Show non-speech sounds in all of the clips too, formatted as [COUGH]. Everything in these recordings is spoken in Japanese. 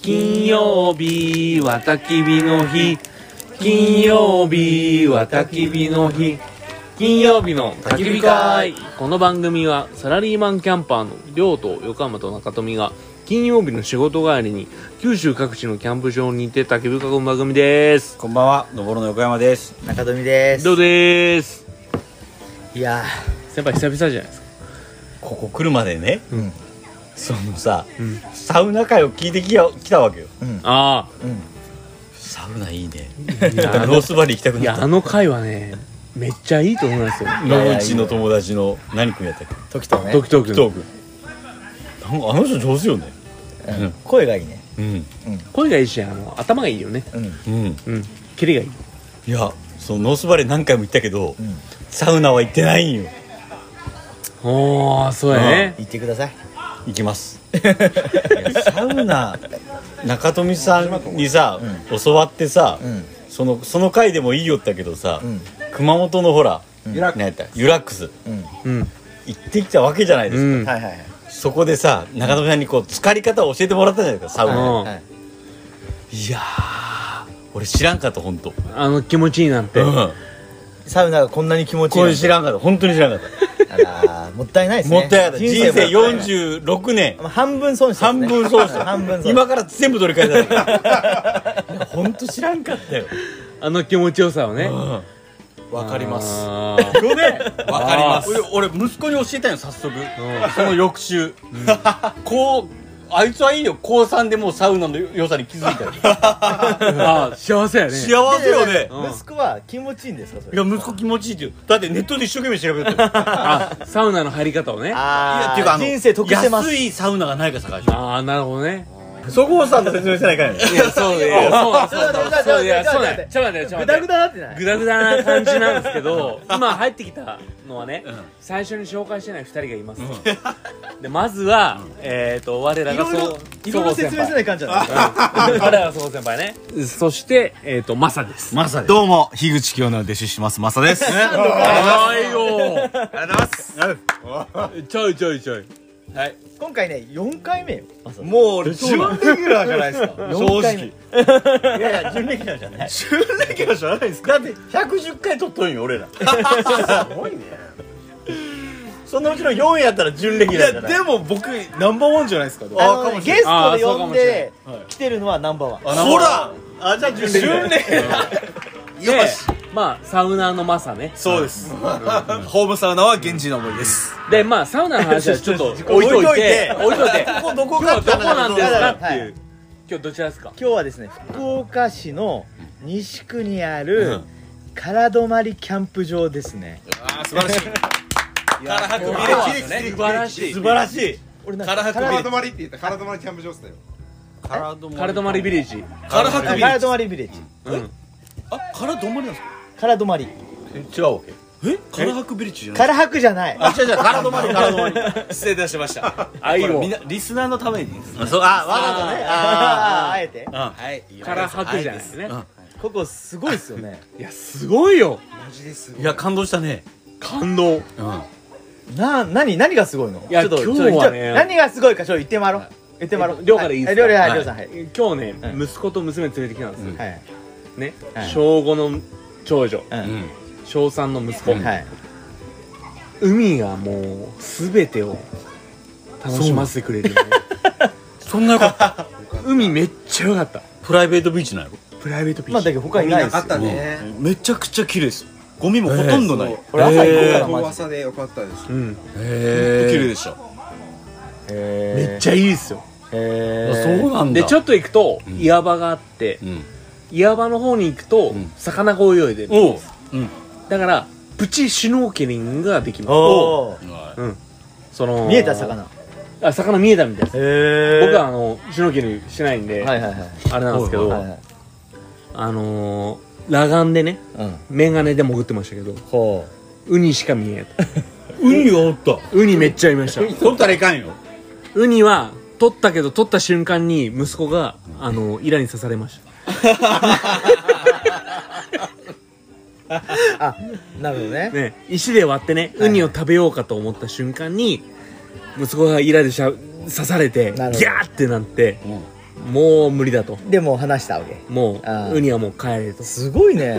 金曜日は焚き火の日金曜日は焚き火の日金曜日の焚き火会この番組はサラリーマンキャンパーの亮と横浜と中富が金曜日の仕事帰りに九州各地のキャンプ場に行って焚き火を囲む番組ですこんばんは、のぼろの横山です。中富ですどうですいや先輩久々じゃないですかここ来るまでね、ーうんそのさ、うんサウナ会を聞いてきや来たわけよ。うんあうんサウナいいね。あいやあローのスバリー行きたいくなやっあた。の回はねめっちゃいいと思いますよ野口の友達の何君やったっけ？時とねドキドキ紀藤君。なんかあの人上手よね。うん声がいいねうん声がいいしあの頭がいいよねうんうん。うんキレがいいいや、そのノースバリー何回も行ったけど、うんサウナは行ってないんよ。おーそうやね言ってください行きます。いやサウナ中富さんにさ、教わってさ、んそのその回でもいいよったけどさ、ん熊本のほら、ん何やったユラックスうんはうん行ってきたわけじゃないですうか、んいはいはいそこでさ中富さんにこう浸かり方を教えてもらったじゃないですかサウナで、うんはいいやー俺知らんかった本当あの気持ちいいなんてうんサウナがこんなに気持ちいいこなんれて知らんかった本当に知らんかっあらーもったいないでたすねもったいなかった人生もったいない46年まあ半分損して半分そうした半分損今から全部取り替えた [LAUGHS] のいや本当知らんかったよあの気持ちよさをねうんわかりますあよねわかります俺俺息子に教えたんよ早速その翌週こうあいつはいいよ高3でもうサウナの良さに気づいたよーあー幸せやね [LAUGHS] 幸せよねうん息子は気持ちいいんですかそいれや息子気持ちいいって言うだってネットで一生懸命調べたよいあサウナの入り方をねああやあっていうかあの人生得してます安いサウナがないか探しあーなるほどねてそこをさんと説明してないからねいやそうだよそうだそうだそうだそちょっとう待っだてちょっと待ってちょっと待ってグダグダなってないグダグダな感じなんですけど今入ってきたのはね、最初に紹介してない2人がいます、でまずは、えっ、と我らいがろいそうろいろいろ説明しない感じなんだうん我らがそう先輩ねそしてえっ、とマサですまさにどうも、樋口清の弟子します、マサです。はいありがよとうございます。ちょいちょいちょい今回ね4回目よまさにもう俺準レギュラーじゃないですか正四回目直いやいや準レギュラーじゃない準レギュラーじゃないですかだって110回取っとんよ俺らすごいねそのうちの4やったら準レギュラーじゃないも僕、ナンバーワンじゃないですか。あのあかねもしれゲないストであーそうか呼んもしれで来てるのはナンバーワンほらあじゃあ準レギュラーでまあサウナーのマサねそうです。ホームサウナは源氏の思いです。でまあサウナの話はちょっ [LAUGHS] [LAUGHS] と置い置いとといいてて置いといてここどこ今日かはどこなんですかっていう、はい今日どちらですか今日はですね福岡市の西区にあうるん空泊りキャンプ場ですねああ、素晴らしい。素素晴らしい晴らしい俺なん空空泊泊まりって言った空泊まりキャンプ場っすよ空泊カルトマリビレッジ空泊あ空泊りビレッジうんあ、空泊まりなんですか空泊り違うわけえ空泊ビリッジじゃない空泊じゃないあ違う違う空泊ま [LAUGHS] り空泊まり失礼いたしました。愛をみんな、リスナーのためにです。あそうあわざとねあーあえてはい。から吐くじゃないですねここすごいっすよねいやすごいよ [LAUGHS] いや感動したね感動な何何がすごいのいやちょっと今日ちょっとはねちょっと何がすごいかちょっと言ってまろう言ってまろえうっと亮からいいですかは亮はいはい亮さんはい今日ね、うん息子と娘連れてきたんですよ、はいね、はい小5の長女うん小3の息子、はい海がもう全てを楽しませてくれるよねそんなよかった海めっちゃ良かったプライベートビーチなんやろプライベートビまーあだチ、けど他いないですよたねめちゃくちゃ綺麗です。ゴミもほとんどない。俺朝行こう今かな日マジ朝でよかったですうん、へ綺麗でした。でめっちゃいいですよへーそうなんだでちょっと行くとん岩場があって、うん岩場の方に行くと、ん魚が泳いでるおううんだからプチシュノーケリングができますおーその見えた魚あ魚見えたみたいですへえ僕はあのシュノーケリングしてないんで、はいはいはいあれなんですけど、はいはいあのー、裸眼でねうん眼鏡で潜ってましたけどほウニしか見えない海がおったウニめっちゃい [LAUGHS] ました取ったらいかんよウニは取ったけど取った瞬間に息子があのイラに刺されましたうあなるほどねね石で割ってねウニを食べようかと思った瞬間に息子がイラでしゃ刺されてギなるほどャーってなってもう無理だとでもう話したわけもあーうウニはもう帰れとすごいね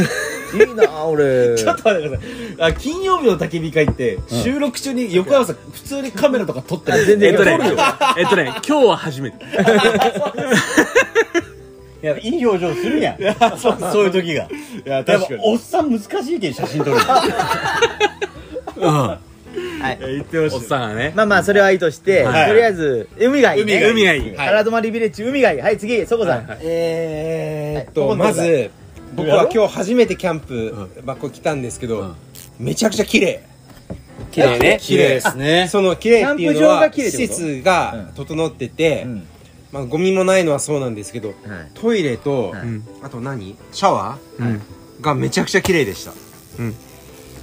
[LAUGHS] いいなあ [LAUGHS] 俺ちょっと待ってください。あ、金曜日の焚き火会って、収録中に横山さん、普通にカメラとか撮ってる。全えっとねえっとね今日は初めていやいい表情するやんそうそういう時がいや、やっ確ぱかに。おっさん難しいけん写真撮るの言ってまおっした。さんがねまあまあそれはいいとして、はいとりあえず海がいい、ね、海がいい海がいい原泊ビレッジ海がいいはい次そこさん、えーっはといまず僕は今日初めてキャンプばっこ来たんですけど、めちゃくちゃ綺麗綺麗ね綺麗ですねその綺麗っていうのキャンプ場がは綺麗施ってこと設が整ってて、んまあ、ゴミもないのはそうなんですけど、トイレと、んあと何シャワー、んがめちゃくちゃ綺麗でした、うん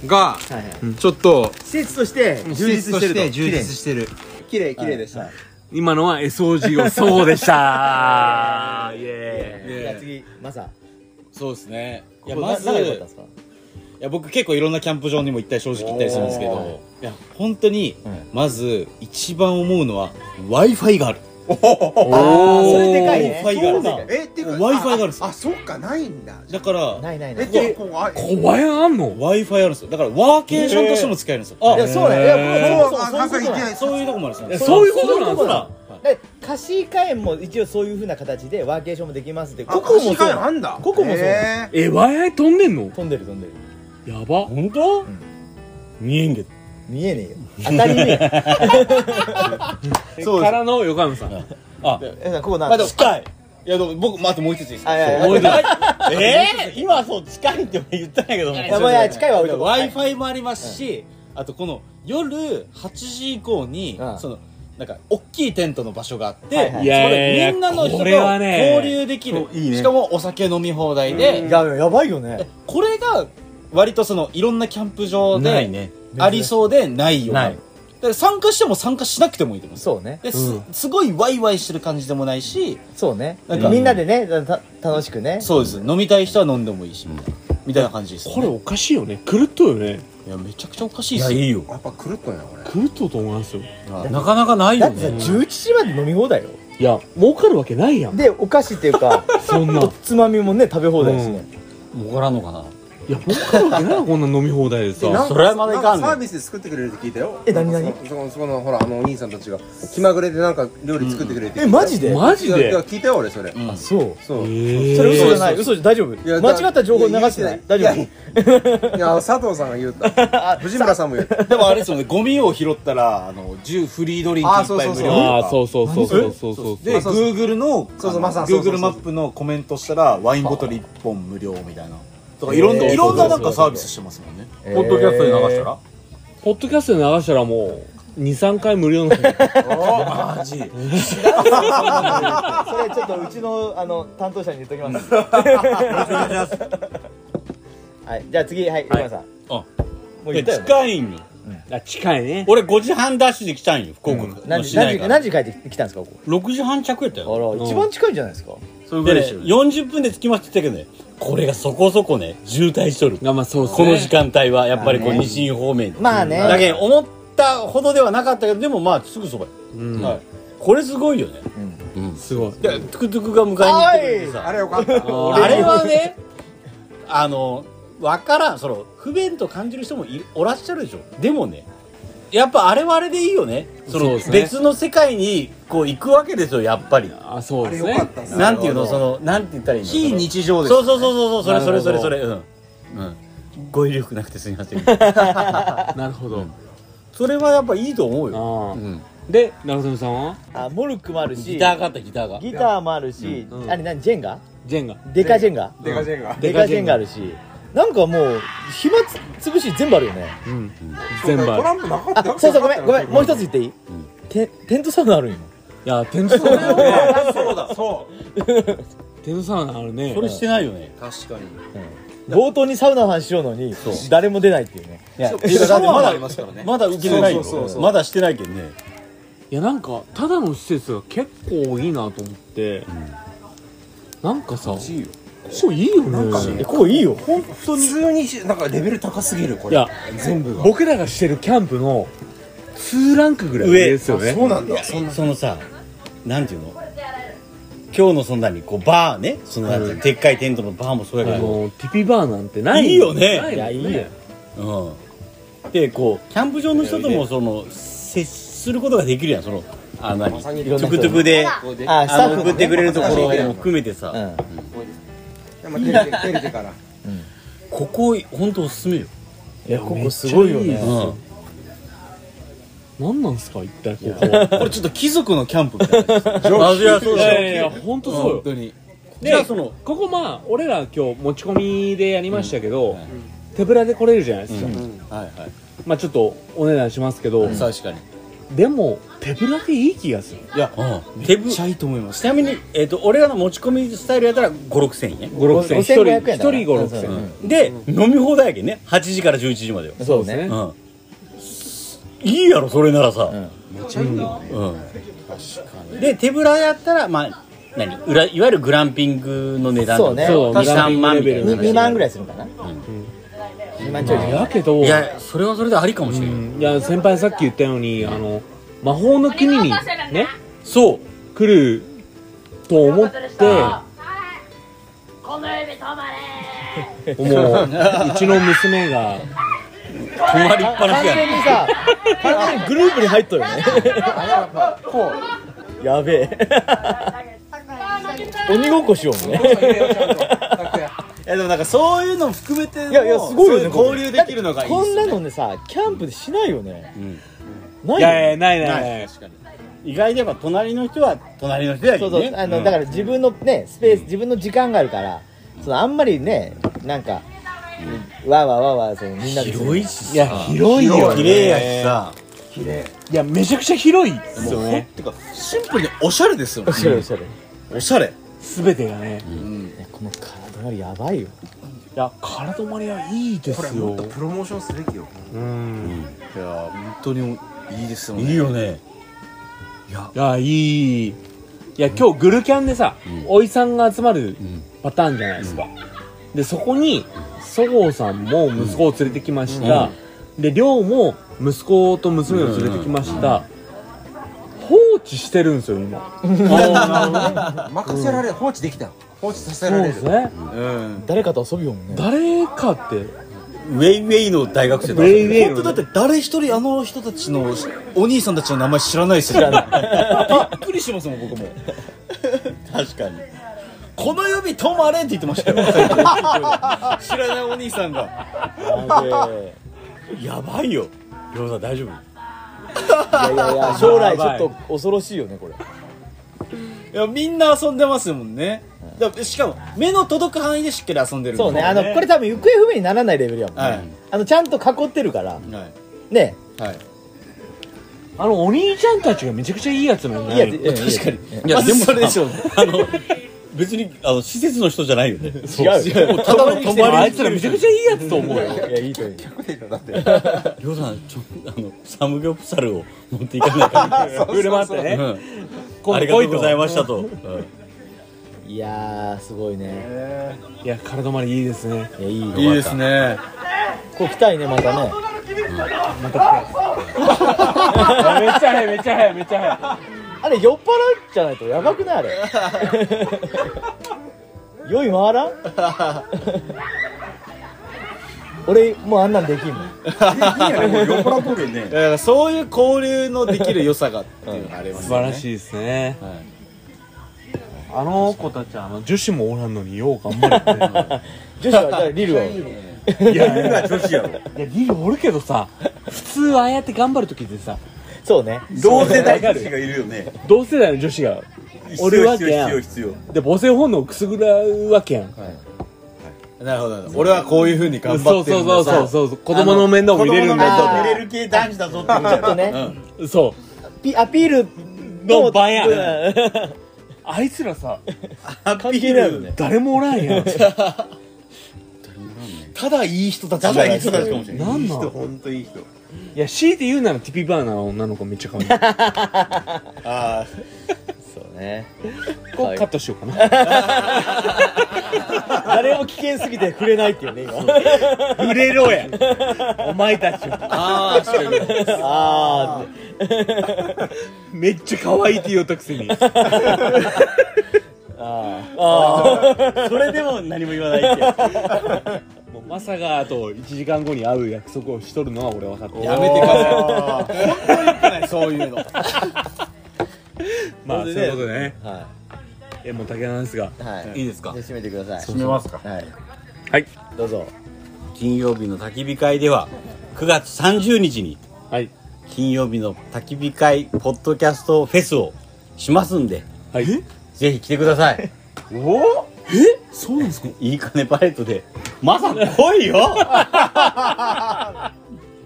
が、はいはいちょっと施設として充施設と実ししてるとて充実してる綺麗綺麗でした、今のは SOG をそうでしたイエーイ綺麗じゃあ次マサそうですね。いや、ここなまず、仲良かったんですかいや僕結構いろんなキャンプ場にも行ったり正直行ったりするんですけどいや本当にまず一番思うのは w i f i があるおそれでかいね w i f i があるえっていうか Wi-Fi があるんですよあそっかないんだだからないないなえいってこうあ小林あんの w i f i あるんですよだからワーケーションとしても使えるんですよ、いやそうだよいやもうそうそうあそう関そう西いう行ことなけないんっすそういうとこもあるんですよそういうことなんですだかで貸し会員も一応そういうふうな形でワーケーションもできますってあここもそう足があんだここもそうへえ Wi-Fi 飛んでんの飛んでる飛んでるやば本当、見えんけど見えねえよ当たりねえよそうでかすらの横山さんえさんここなんまだあでも近いいやでも僕まああともう一つですあいやいやもう一つえー、今そう近いって言ったんやけどもいやもういや近いは置いとこう w i f i もありますし、あとこの夜8時以降に、うんそのなんか大きいテントの場所があって、はいはいいやいやいやそこでみんなの人ことれはね交流できる、しかもお酒飲み放題で、ややばいよねこれが割とそのいろんなキャンプ場ないでねありそうでないようなだから参加しても参加しなくてもいいと思うんですよそうねです,、すごいワイワイしてる感じでもないしそうねなんかみんなでねた楽しくねそうです飲みたい人は飲んでもいいしみたいなみたいな感じです、ね、これおかしいよね狂っとうよねいやめちゃくちゃおかしいっすよいよーやっぱ狂ったんやこれ狂っとうと思いますよなかなかないだよってさね11時まで飲み放題よいや儲かるわけないやんでお菓子っていうかそんなおつまみもね食べ放題ですねもらんのかないや儲かるわけないわこんな飲み放題でさなんかそれはまだいかんねなんサービスで作ってくれるって聞いたよえ何々そそこそこのほらあのお兄さんたちが気まぐれでなんか料理作ってくれるって聞えいたよマジでマジいやいやで聞いたよ俺それあそうそうえそれ嘘じゃーない嘘じゃ大丈いや夫だ間違った情報流してない大い丈や夫いや佐藤さんが言 [LAUGHS] うた藤村さんも言うたでもあれですよね、ゴミを拾ったら、あの、銃フリードリンクいあっそうぱいそう無そう料ああとそうそうそうそうそうそうか。で、そうそう Google の、そうそうまさにそうそうそ Google うマップのコメントしたら、ワインボトル1本無料みたいな。とか、いろんな、へーいろんななんかサービスしてますもんね。ポッドキャストで流したらポッドキャストで流したらもう23回無料のそれちょっとうちのあの担当者に言っとき [LAUGHS] ます。はい、じゃあ次はい山さん。あもう言えったよね。近いんよあ近いね俺5時半ダッシュで来たんよ福岡か何らの時市内何か時ら何時帰ってきたんですかこ6時半着やったよこ。あら一番近いんじゃないですか。で40分で着きましたけどねこれがそこそこね渋滞しとるあまあそうそうこの時間帯はやっぱりこうまあね西日方面にまあねだけど思ったほどではなかったけどでもまあすぐそばようんはいこれすごいよねすごいでトゥクトゥクが迎えに行ってくれてさあれよかったあれはねあの分からんその不便と感じる人もいるおらっしゃるでしょでもねやっぱあれはあれでいいよねそそうのですね別の世界にこう行くわけですよやっぱりあそうあでれすよねかったっすなんていうのそのなんて言ったらいいの非日常ですそうそうそうそうそうそれそれそれなそれうん、うん、語彙力なくてすみませんなるほどそれはやっぱいいと思うよあんあで中曽根さんはあモルックもあるし、ギギタターがあったギターがーもあるしう、んあれ何ジェンガ？ジェンガデカジェンガ？デカジェンがデカジェンガあるし、なんかもう暇つぶし全部あるよね。うん全部あるトランプなかったあ、[LAUGHS] そうそうごめんごめんもう一つ言っていい？テテントサウナあるんよ。いや天井サウナねそうだそう天井サウナあるねそれしてないよね確かに冒頭にサウナの話しようのに誰も出ないっていうね。いやだってシャワーまもだありますからねまだ受けてないよそうそうそうそうまだしてないけどねいやなんかただの施設が結構いいなと思って、なんかさここいいよねえここいいよ。普通にしなんかレベル高すぎるこいれや全部が僕らがしてるキャンプの2ランクぐらい上ですよねそうなんだそのさなんていうの今日のそんなにこうバーねそのでっかいテントのバーもそうやけど、もうティピバーなんてないいいよねないいやいいよねうん、でこうキャンプ場の人ともその接することができるやんそのあ何トろんなゥ人クトゥクでああのも送ってくれるところも含めてうさんまあ照れて照れてからここ本当おすすめよ、いやここすごいよねうん、何なんすか一体ここはこれちょっと貴族のキャンプみたいな [LAUGHS] あいやそういだやいよやいや本当そう本よ当にでじゃあそのここまあ俺ら今日持ち込みでやりましたけど、手ぶらで来れるじゃないですか、はいはいまあちょっとお値段しますけど、確かにでも手ぶらでいい気がするいや、手ぶめっちゃいいと思いますちなみに、えー、と俺らの持ち込みスタイルやったら5 6千円56000 5500円だから一人5 6 0う円んで、飲み放題やけんね8時から11時までよ、そうねうん、いいやろそれならさ、んうんで手ぶらやったらまあ何裏いわゆるグランピングの値段そうねそう23万みたいなに話2万ぐらいするかな2万ちょいだけどいやそれはそれでありかもしれない、いや先輩さっき言ったようにあの魔法の国にねそう来ると思ってこの指止まれもううちの娘が止まりっぱな完しや全ねにさ完全にグループに入っとるよねやべえ鬼ごっこしようもんねいやでもなんかそういうのも含めていいやいやすごいよね交流できるのがいいこんなのねさキャンプでしないよねないいよやいねやないないない意外にやっぱ隣の人は隣の人やけそうんそねうあのだから自分のねスペース自分の時間があるからそのあんまりねなんかわーわーわーわーそのみんなで広いしいや広いよ綺麗やしさいやめちゃくちゃ広いですよねてかシンプルにおしゃれですよねおしゃれおしゃれいおしゃれ全てがねやこの体がやばいよいや体止まりはいいですよプロモーションすべきようんいや本当にいいですよねいいよねいやいいいや今日グルキャンでさ、おいさんが集まるパターンじゃないですか、でそこにそごうさんも息子を連れてきました、でりょうも息子と娘を連れてきました、放置してるんですよ今任せられ放置できた放置させそらうれでるすねうん誰かと遊びようもんね誰かってウェイウェイの大学生ウェイウェイ本当だって誰一人あの人たちのお兄さんたちの名前知らない [LAUGHS] ですよねびっくりしますもん僕 [LAUGHS] も確かにこの指止まれって言ってましたよ [LAUGHS] 知らないお兄さんがやべえやばいよりょうさん大丈夫 [LAUGHS] いやいや将来ちょっと恐ろしいよねこれいやみんな遊んでますもんねだからしかも目の届く範囲でしっかり遊んでるそうねあのこれ多分行方不明にならないレベルやもんね、はいあのちゃんと囲ってるからはいねはいあのお兄ちゃんたちがめちゃくちゃいいやつなんいいやだつようん確かにいやでもそそれれででししょょうねあの別にあの施設の人じゃないよね違うよただの泊まありいにつらめちゃくちゃいいやつと思 [LAUGHS] うよいやいいというりょうさんちょあのサムギョプサルを持っていかないか車もあってね、ら、うんこありがとうございましたと、いやーすごいねいや体止まりいいですねいやいいいいですねこう来たいねまたね [LAUGHS] めっちゃ早いめっちゃ早いめっちゃ早いあれ酔っ払っじゃないとやばくないあれ酔い回らん俺もうあんなんできんもんだからそういう交流のできる良さがっていうのがあります素よ晴ねらしいですね、あの子たちはあの女子もおらんのによう頑張るっ女子はじゃあリルはていやいや女子やいやリルおるけどさ普通ああやって頑張る時ってさそうね同世代女子がいるよね同世代の女子がおるわけやん必要で母性本能をくすぐらうわけやん、なるほどなるほど俺はこういうふうに頑そ張うってるそうんだそうそうそう子供の面倒も見れるんだ見れる系男子だぞってちょっとね、とそうピアピールの場やんうんあいつらさ関係ないよね誰もおらんやんただいい人たちじゃたなだいいいです人かたちかもしれないなんなん本当いい人いや強いて言うならティピバーナーの女の子めっちゃ可 [LAUGHS] 愛いあそうねこうカットしようかな誰も危険すぎて触れないっていうね今触れろやお前たちはああ確かにあーってめっちゃ可愛いって言おうたくせにそれでも何も言わないってやもうまさがと1時間後に会う約束をしとるのは俺分かってるやめてください本当に良くないそういうのまあそういうことでねはえもう竹なんですがいはいいいですかじゃあ締めてくださ締めますかいはいはいどうぞ金曜日の焚き火会では9月30日にはい金曜日の焚き火会ポッドキャストフェスをしますんではいぜひ来てくださいそうなんですかいいかねパレットでまさ来いよ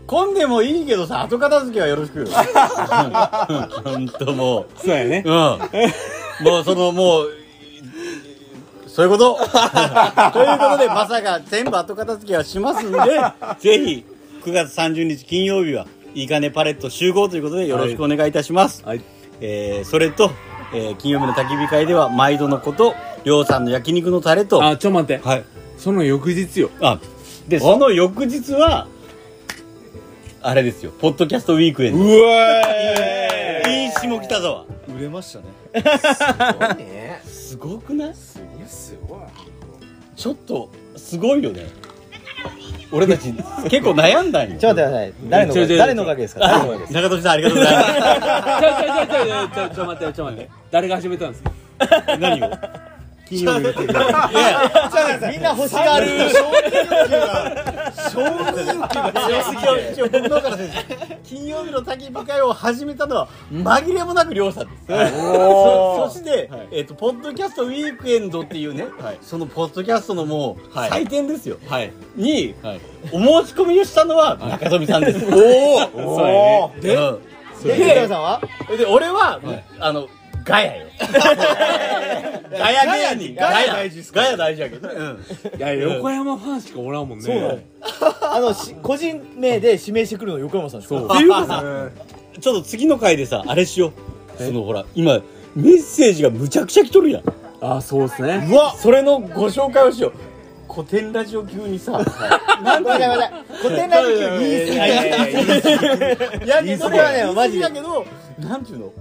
混んでもいいけどさ後片付けはよろしくよ本当もうそうやねうん。もうそのもう、そういうことということで、まさか全部後片付けはしますんで、ぜひ、9月30日金曜日は、いいかねパレット集合ということで、よろしくお願いいたします。はいえーそれと、えー金曜日の焚き火会では、毎度のこと、りょうさんの焼肉のタレと、あちょ待ってはい。その翌日よあ、で、その翌日は、あれですよ、ポッドキャストウィークエンド。うわ [LAUGHS] いい下北沢。売れましたねすごくないすごいちょっとすごいよね俺たち結構悩んだんよちょっと待ってください誰のおかちょちげょ誰のおかげですか誰のおかげですか中俊さんありがとうございちょちょちょちょちょちょちょ待ってちょ待って誰が始めたんですかます何を金曜日の時みんな欲しがる一応僕の方から先生金曜日の焚き火会を始めたのは紛れもなく亮さんですそそして、えっとポッドキャストウィークエンドっていうね、そのポッドキャストのもう、祭典ですよ、に、お申し込みをしたのは中富さんです、おお、で、うんで藤川さんはで俺は、あの [LAUGHS] ガヤよガヤ芸人ガヤ大事ガヤ大事やけど、いや横山ファンしかおらんもんねそうあのし個人名で指名してくるの横山さんですかっていうかさちょっと次の回でさあれしようそのほら今メッセージがむちゃくちゃ来とるやんあそうですねうわそれのご紹介をしよう古典ラジオ級にさごめんなさいごめんなさい古典ラジオ言い過ぎいやそそれはねマジでだけどなんていうの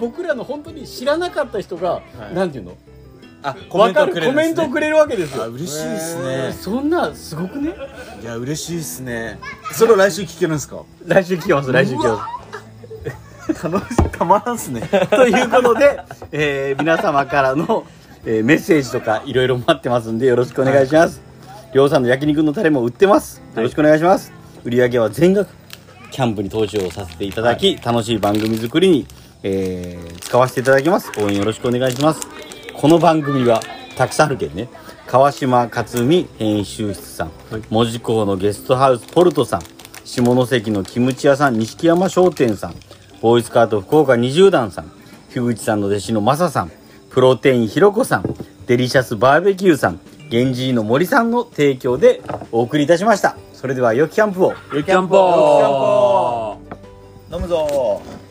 僕らの本当に知らなかった人が、なんていうのあ、コメわントかをくれるるコんでメすントねをくれるわけですよ嬉しいですねそんなすごくねいや嬉しいですねそれを来週聞けるんですか来週来てます来週来てます楽したまらんっすねということで、えー皆様からの、えーメッセージとかいろいろ待ってますんでよろしくお願いします。りょうさんの焼肉のタレも売ってます。よろしくお願いします。売り上げは全額キャンプに投資をさせていただき、楽しい番組作りに、えー使わせていただきます。応援よろしくお願いします。この番組はたくさんあるけんね。川島克美編集室さん、門司港のゲストハウスポルトさん、下関のキムチ屋さん、錦山商店さん、ボーイスカート福岡20段さん、樋口さんの弟子のマサさん、プロテインひろこさん、デリシャスバーベキューさん、源氏の森さんの提供でお送りいたしました。それでは、良きキャンプを。ゆきキャンポー飲むぞー